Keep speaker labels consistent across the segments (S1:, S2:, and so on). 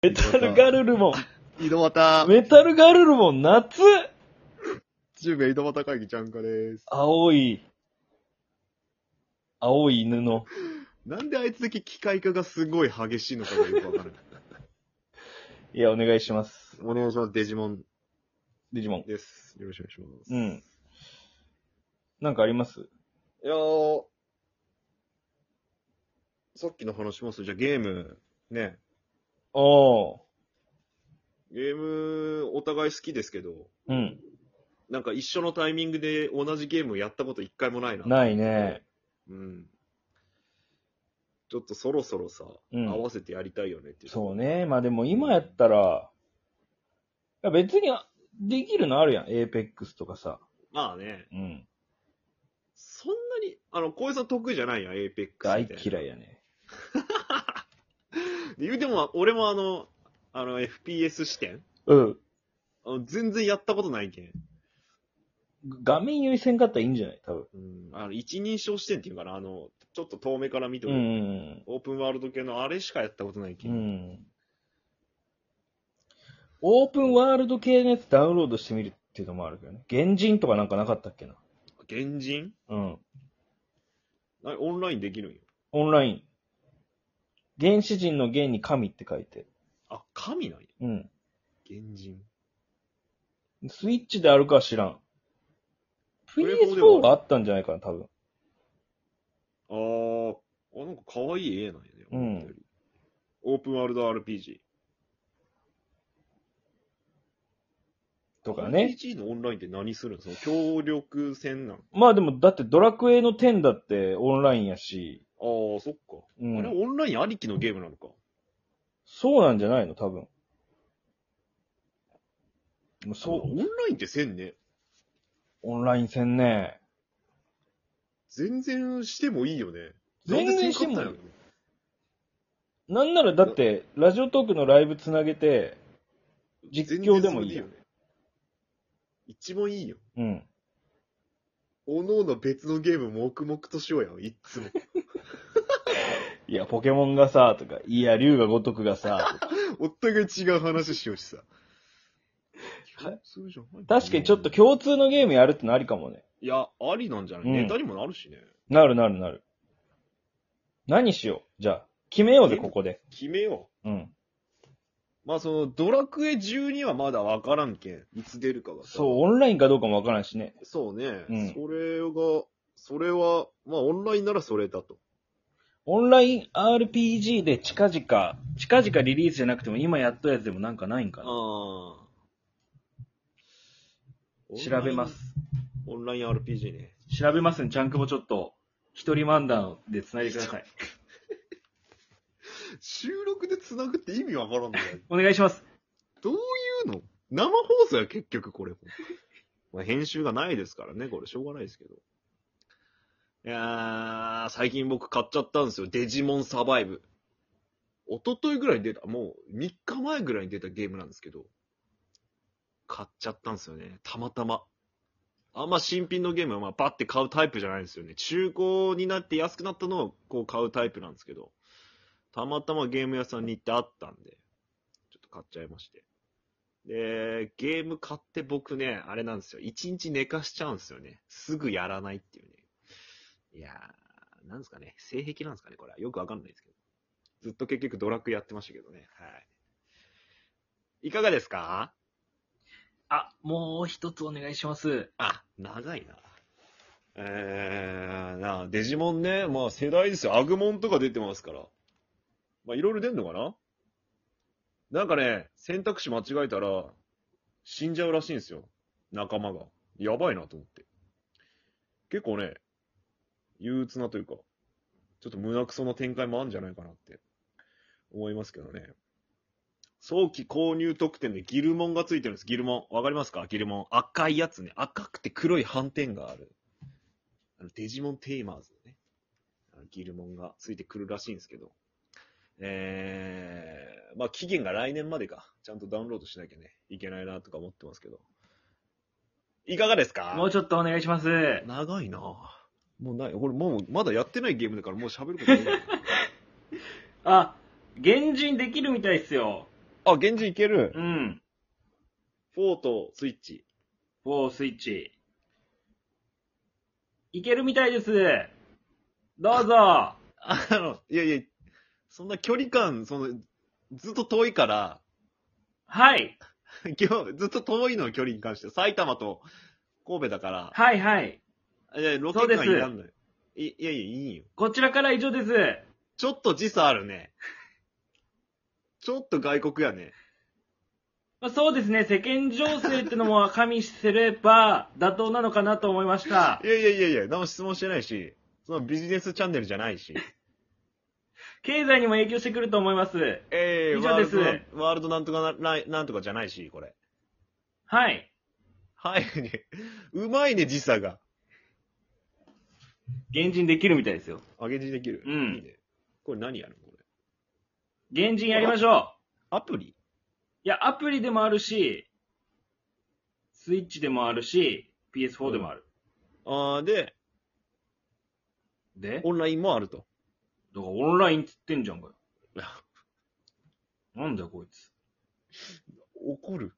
S1: メタルガルルモン。
S2: 井戸端、
S1: メタルガルルモン、夏
S2: 中米井戸端会議ちゃんかです。
S1: 青い、青い犬の。
S2: なんであいつだけ機械化がすごい激しいのかがよくわからない。
S1: いや、お願いします。
S2: お願いします。デジモン
S1: デジモン。
S2: です。よろしくお願いします。
S1: うん。なんかあります
S2: いやー、さっきの話しますじゃあゲーム、ね。
S1: ああ。
S2: ゲーム、お互い好きですけど、
S1: うん。
S2: なんか一緒のタイミングで同じゲームをやったこと一回もないな。
S1: ないね。
S2: うん。ちょっとそろそろさ、
S1: うん
S2: 合わせてやりたいよねっていう。
S1: そうね。まあでも今やったら、いや別にあできるのあるやん。エーペックスとかさ。
S2: まあね。
S1: うん。
S2: そんなに、あの、小江さん得意じゃないやん、エイペックス。
S1: 大嫌いやね。
S2: で言うても、俺もあの、あの、FPS 視点
S1: うん。
S2: あの全然やったことないけん。
S1: 画面優先かったらいいんじゃない多分。
S2: うん。あの、一人称視点っていうかな、あの、ちょっと遠目から見て
S1: う
S2: も、
S1: ん。
S2: オープンワールド系のあれしかやったことないけ。
S1: うんん。オープンワールド系のやつダウンロードしてみるっていうのもあるけどね。原人とかなんかなかったっけな。
S2: 原人
S1: うん。
S2: あオンラインできるんよ。
S1: オンライン。原始人の原に神って書いて。
S2: あ、神なんや。
S1: うん。
S2: 原人。
S1: スイッチであるかは知らん。
S2: プレイフォーで
S1: PS4
S2: も
S1: があったんじゃないかな、多分。
S2: あー、あ、なんか可愛い絵なんやね。
S1: うん
S2: 思ったよりオープンワールド RPG。
S1: とかね。
S2: RPG のオンラインって何するのその協力戦なん。あ
S1: まあでも、だってドラクエの10だってオンラインやし。
S2: ー、そっか。
S1: う
S2: あれ
S1: ん。
S2: オンラインありきのゲームなのか。
S1: そうなんじゃないの、多分。もう
S2: そ、
S1: そう
S2: オン
S1: う。
S2: ラインってせんね。
S1: オンライン戦ね。
S2: 全然してもいいよね。
S1: 全然してもいい
S2: なんでせんかっ
S1: なんならだって、ラジオトークのライブつなげて、
S2: たんや
S1: 実
S2: ろ
S1: 況でもいいよ
S2: 全然それでね。一番いいよ。
S1: うん。
S2: おのおの別のゲーム黙々としようやん、いっ つも。
S1: いや、ポケモンがさ、とか、いや、竜が如くがさ、とか
S2: お互い違う話しようしさ。
S1: はい
S2: そうじゃない
S1: 確かにちょっと。共通のゲームやるってのありかもね。
S2: いや、ありなんじゃない、
S1: うん
S2: ネタにもなるしね。
S1: なるなるなる。何しようじゃあ、決めようぜ、ここで。
S2: 決めよ
S1: うん。
S2: う。まあその、ドラクエ12はまだわからんけん。いつ出るかがさ。
S1: そう、オンラインかどうかもわからんしね。
S2: そうね。
S1: うん
S2: それが、それは、まあオンラインならそれだと。
S1: オンライン RPG で近々、近々リリースじゃなくても、今やったやつでもなんかないんかな。
S2: ああ。
S1: 調べます。。
S2: オンライン RPG ね。
S1: 調べますん、ちゃんくぼちょっと、一人漫談で繋いでください。
S2: 収録で繋ぐって意味わからんのよ。
S1: お願いします。
S2: どういうの生放送や、結局これ。まあ、編集がないですからね、これ、しょうがないですけど。いやー、最近僕買っちゃったんですよ。デジモンサバイブ。一昨日ぐらいに出た、もう3日前ぐらいに出たゲームなんですけど、買っちゃったんですよね。たまたま。あんま新品のゲームはまあバッて買うタイプじゃないんですよね。中古になって安くなったのをこう買うタイプなんですけど、たまたまゲーム屋さんに行ってあったんで、ちょっと買っちゃいまして。で、ゲーム買って僕ね、あれなんですよ。一日寝かしちゃうんですよね。すぐやらないっていうね。いやー、なんですかね。性癖なんですかね、これは。よくわかんないですけど。ずっと結局ドラクエやってましたけどね。はい。いかがですか
S1: あ、もう一つお願いします。
S2: あ、長いな。えー、なあデジモンね、まあ世代ですよ。アグモンとか出てますから。まあいろいろ出んのかななんかね、選択肢間違えたら、死んじゃうらしいんですよ。仲間が。やばいなと思って。結構ね、憂鬱なというか、ちょっと胸くそな展開もあるんじゃないかなって、思いますけどね。早期購入特典でギルモンがついてるんです。ギルモン。わかりますかギルモン。赤いやつね。赤くて黒い斑点がある。あの、デジモンテイマーズね。あのギルモンがついてくるらしいんですけど。えー、まあ期限が来年までか。ちゃんとダウンロードしなきゃね、いけないなとか思ってますけど。いかがですか
S1: もうちょっとお願いします。
S2: 長いなもうない。これもう、まだやってないゲームだ からもう喋ることない。
S1: あ、原人できるみたいっすよ。
S2: あ、源氏いける。
S1: うん。
S2: 4とスイッチ。
S1: 4スイッチ。いけるみたいです。どうぞ。
S2: あの、いやいや、そんな距離感、その、ずっと遠いから、
S1: はい。
S2: 今日、ずっと遠いの距離に関して、埼玉と神戸だから、
S1: はいはい。
S2: いや、ロケ
S1: そうで
S2: 感
S1: す
S2: いらんのよ。いいやいや、いいよ。
S1: こちらから以上です。
S2: ちょっと時差あるね。ちょっと外国やね。
S1: まあ、そうですね、世間情勢ってのも加味すれば妥当なのかなと思いました
S2: い。やいやいやいや、何も質問してないし、そのビジネスチャンネルじゃないし。
S1: 経済にも影響してくると思います。
S2: えー、
S1: 以上です
S2: ワールドワールドなんとかなな、なんとかじゃないし、これ。
S1: はい。
S2: はい、ね。 うまいね、時差が。
S1: 現人できるみたいですよ。
S2: 上げ字できる。
S1: うん
S2: いいね。これ何やるのこれ。
S1: 現人やりましょう。
S2: アプリ
S1: いや、アプリでもあるし、スイッチでもあるし、PS4 でもある。
S2: あーで、
S1: で、だか
S2: オンラインもあると。
S1: らオンラインっつってんじゃんかよ。なんだよ、こいつ。
S2: 怒る。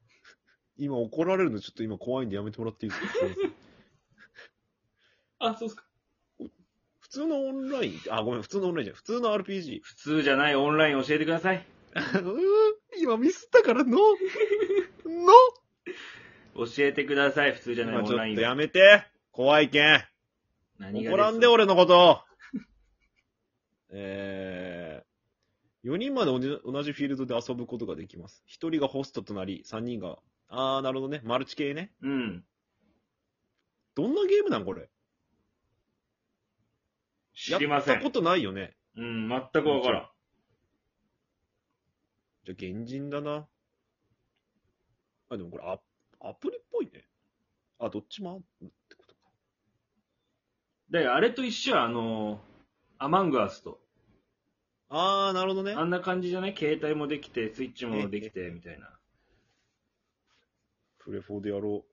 S2: 今怒られるのちょっと今怖いんでやめてもらって いいですか
S1: あ、そうっすか。
S2: 普通のオンライン、あ、ごめん、普通のオンラインじゃない、普通の RPG。
S1: 普通じゃないオンライン教えてください。
S2: うー今ミスった からの、の
S1: 教えてください、普通じゃない
S2: 今
S1: オ
S2: ち
S1: ンラ
S2: ょ
S1: イ
S2: っ
S1: ン
S2: と。やめて。怖いけん。
S1: 何
S2: 怒らんで
S1: よ
S2: 俺のこと。えー、4人までおじ同じフィールドで遊ぶことができます。1人がホストとなり、3人が、あー、なるほどね。マルチ系ね。
S1: うん。
S2: どんなゲームなんこれ。
S1: 知りませ
S2: やったこ
S1: ん。
S2: とないよね。
S1: うん、全くわからん。
S2: じゃあ、原人だな。あ、でもこれア、アプリっぽいね。あ、どっちもあるってことか。
S1: だからあれと一緒や、あのーアマングアスと。
S2: あー、なるほどね
S1: あ。んな感じじゃない携帯もできて、スイッチもできて、みたいな。
S2: プレフォーでやろう。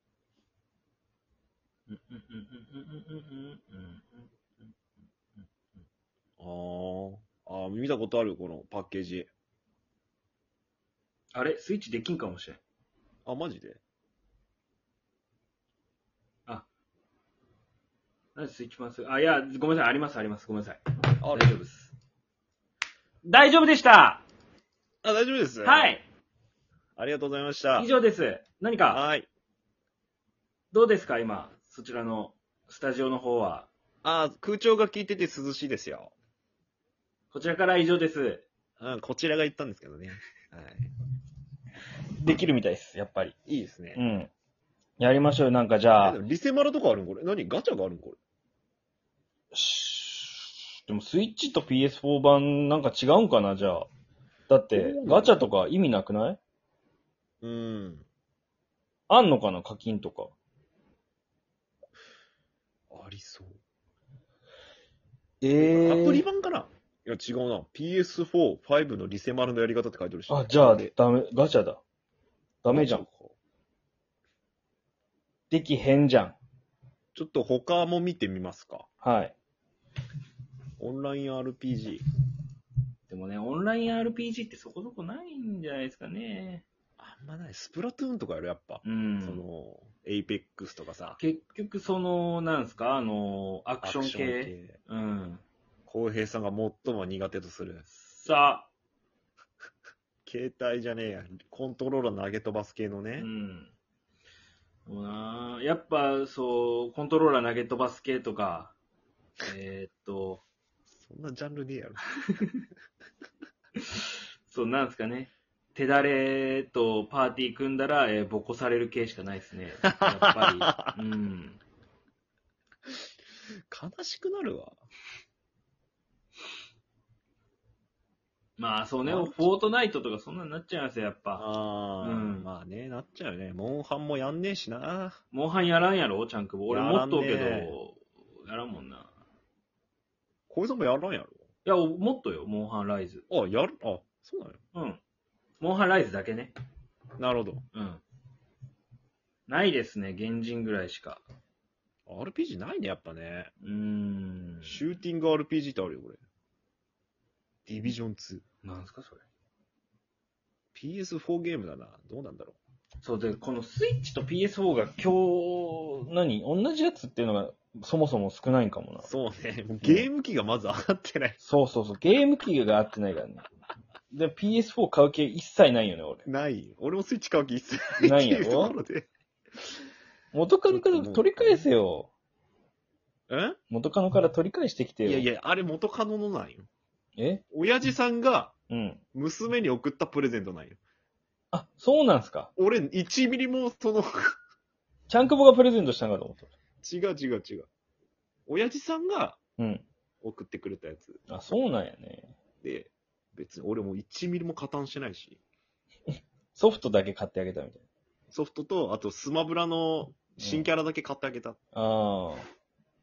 S2: あー、あー見たことある、このパッケージ。
S1: あれスイッチできんかもしれん。
S2: あ、マジで
S1: なんでスイッチますあ、いや、ごめんなさい。あります、あります。ごめんなさい。
S2: あ
S1: 大丈夫です。大丈夫でした
S2: あ、大丈夫です。
S1: は。い
S2: ありがとうございました
S1: 以。上です。何か、
S2: はい。
S1: どうですか今、そちらのスタジオの方は。
S2: あー、空調が効いてて涼しいですよ。
S1: こちらから以上です。
S2: うん、こちらが言ったんですけどね。は
S1: できるみたいです、やっぱり。
S2: い。いいですね。
S1: ん。やりましょうよ、なんかじゃ
S2: えでもリセマラとかあるんこれ何ガチャがあるんこれ
S1: しでもスイッチと PS4 版なんか違うんかな、じゃあ。だって
S2: どうな、の
S1: ガチャとか意味なくない
S2: うん。
S1: あんのかな、課金とか。
S2: ありそう。
S1: え
S2: アプリ版かないや、違うな。PS4、5のリセマラのやり方って書いてるし。
S1: あ、じゃあ、
S2: で
S1: ダメ、ガチャだ。ダメじゃん。。できへんじゃん。
S2: ちょっと他も見てみますか。
S1: はい。
S2: オンライン RPG。
S1: でもね、オンライン RPG ってそこそこないんじゃないですかね。
S2: あんまない。スプラトゥーンとかやるやっぱ。
S1: う
S2: そ
S1: ん。
S2: の、エイペックスとかさ。
S1: 結局、その、なんですか、あの、ア
S2: ア
S1: クション系。
S2: 系。
S1: うん。
S2: 浩平さんが最も苦手とする。
S1: さあ、
S2: 携帯じゃねえや。コントローラー投げ飛ばす系の
S1: う
S2: ね。
S1: ん。でもなやっぱ、そう、コントローラー投げ飛ばす系とか、 えーっと、
S2: そんなジャンルねえやろ。
S1: そう、なんですかね。手だれとパーティー組んだら、えー、ボコされる系しかないですね。やっぱ り。うん。
S2: 悲しくなるわ。
S1: まあそうね、
S2: ま
S1: フ
S2: あ
S1: ォートナイトとかそんなになっちゃいますよ、やっぱ。
S2: ああ、
S1: うん
S2: まあね、なっちゃうよね。モンハンもやんねえしな。
S1: モンハンやらんやろ、チャンクボ。俺
S2: や
S1: 持
S2: ら
S1: っ
S2: ん
S1: と
S2: ね
S1: うけど、やらんもんな。
S2: 小泉さんもやらんや
S1: いや、もっとよ、モンハンライズ。
S2: ろ。あ、やる、あ、そうなの
S1: うん。モンハンライズだけね。
S2: なるほ
S1: うん。ないですね、原人ぐらいしか。
S2: ど。RPG ないね、やっぱね。
S1: うーん。
S2: シューティング RPG ってあるよ、これ。ディビジョン2。
S1: なんすか、それ。
S2: PS4 ゲームだな。どうなんだろ
S1: そうで、このスイッチと PS4 が今日、何同じやつっていうのがそもそも少ないんかもな
S2: う。。そうね。もうゲーム機がまず上がってない。
S1: そうそうそう。ゲーム機が合ってないからね。で、PS4 買う気一切ないよね、俺。
S2: ない。俺もスイッチ買う気一切
S1: ない
S2: って
S1: や
S2: い
S1: ろ
S2: うところで。
S1: 元カノから取り返せよ。
S2: え
S1: 元カノから取り返してきてよ。
S2: いやいや、あれ元カノのなんよ。
S1: え
S2: 親父さんが
S1: うん。
S2: 娘に送ったプレゼントなんよ。
S1: あ、そうなんすか。
S2: 俺、1ミリもその、
S1: ちゃんくぼがプレゼントしたんかと思った。
S2: 違う違う違う。親父さんが
S1: うん。
S2: 送ってくれたやつ
S1: あ、そうなんやね。
S2: で、別に俺もう1ミリも加担してないし、
S1: ソフトだけ買ってあげたみたい
S2: ソフトと、あとスマブラの新キャラだけ買ってあげた。
S1: な。ああ。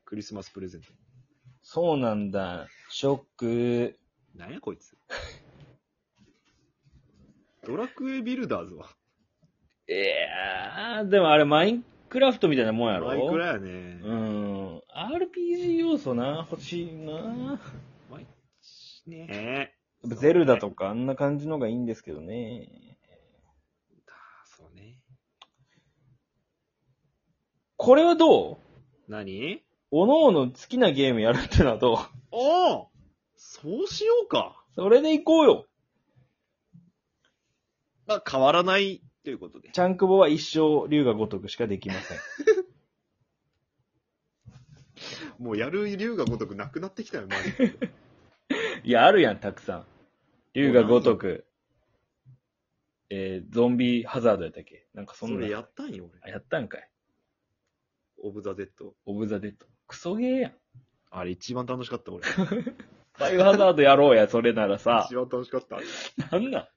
S2: クリスマスプレゼント。
S1: そうなんだ。ショック。
S2: なんやこ いつ。ドラクエビルダーズは。
S1: いやー、でもあれマインクラフトみたいなもんやろ
S2: マイクラやね。
S1: うん。RPG 要素な、欲しいな。
S2: ねえ。
S1: ゼルダとかあんな感じのがいいんですけどね。
S2: あそうね。
S1: これはどう
S2: 何
S1: おのおの好きなゲームやるってのはどう
S2: おおそうしようか。
S1: それでいこうよ。
S2: まあ、変わらないということで。
S1: チャンクボは一生龍が如くしかできません。
S2: もうやる竜が如くなくなってきたよ、マジで。
S1: いや、あるやん、たくさん。龍が如く。えー、ゾンビハザードやったっけなんかそ
S2: そ
S1: んな。
S2: れやったんよ、
S1: あ
S2: 俺。
S1: やったんかい。
S2: オブザ・デッド。
S1: オブザ・デッド。クソゲーやん。
S2: あれ一番楽しか った、俺。
S1: バイオハザードやろうや、それならさ
S2: 一。番楽しかった。
S1: なんなん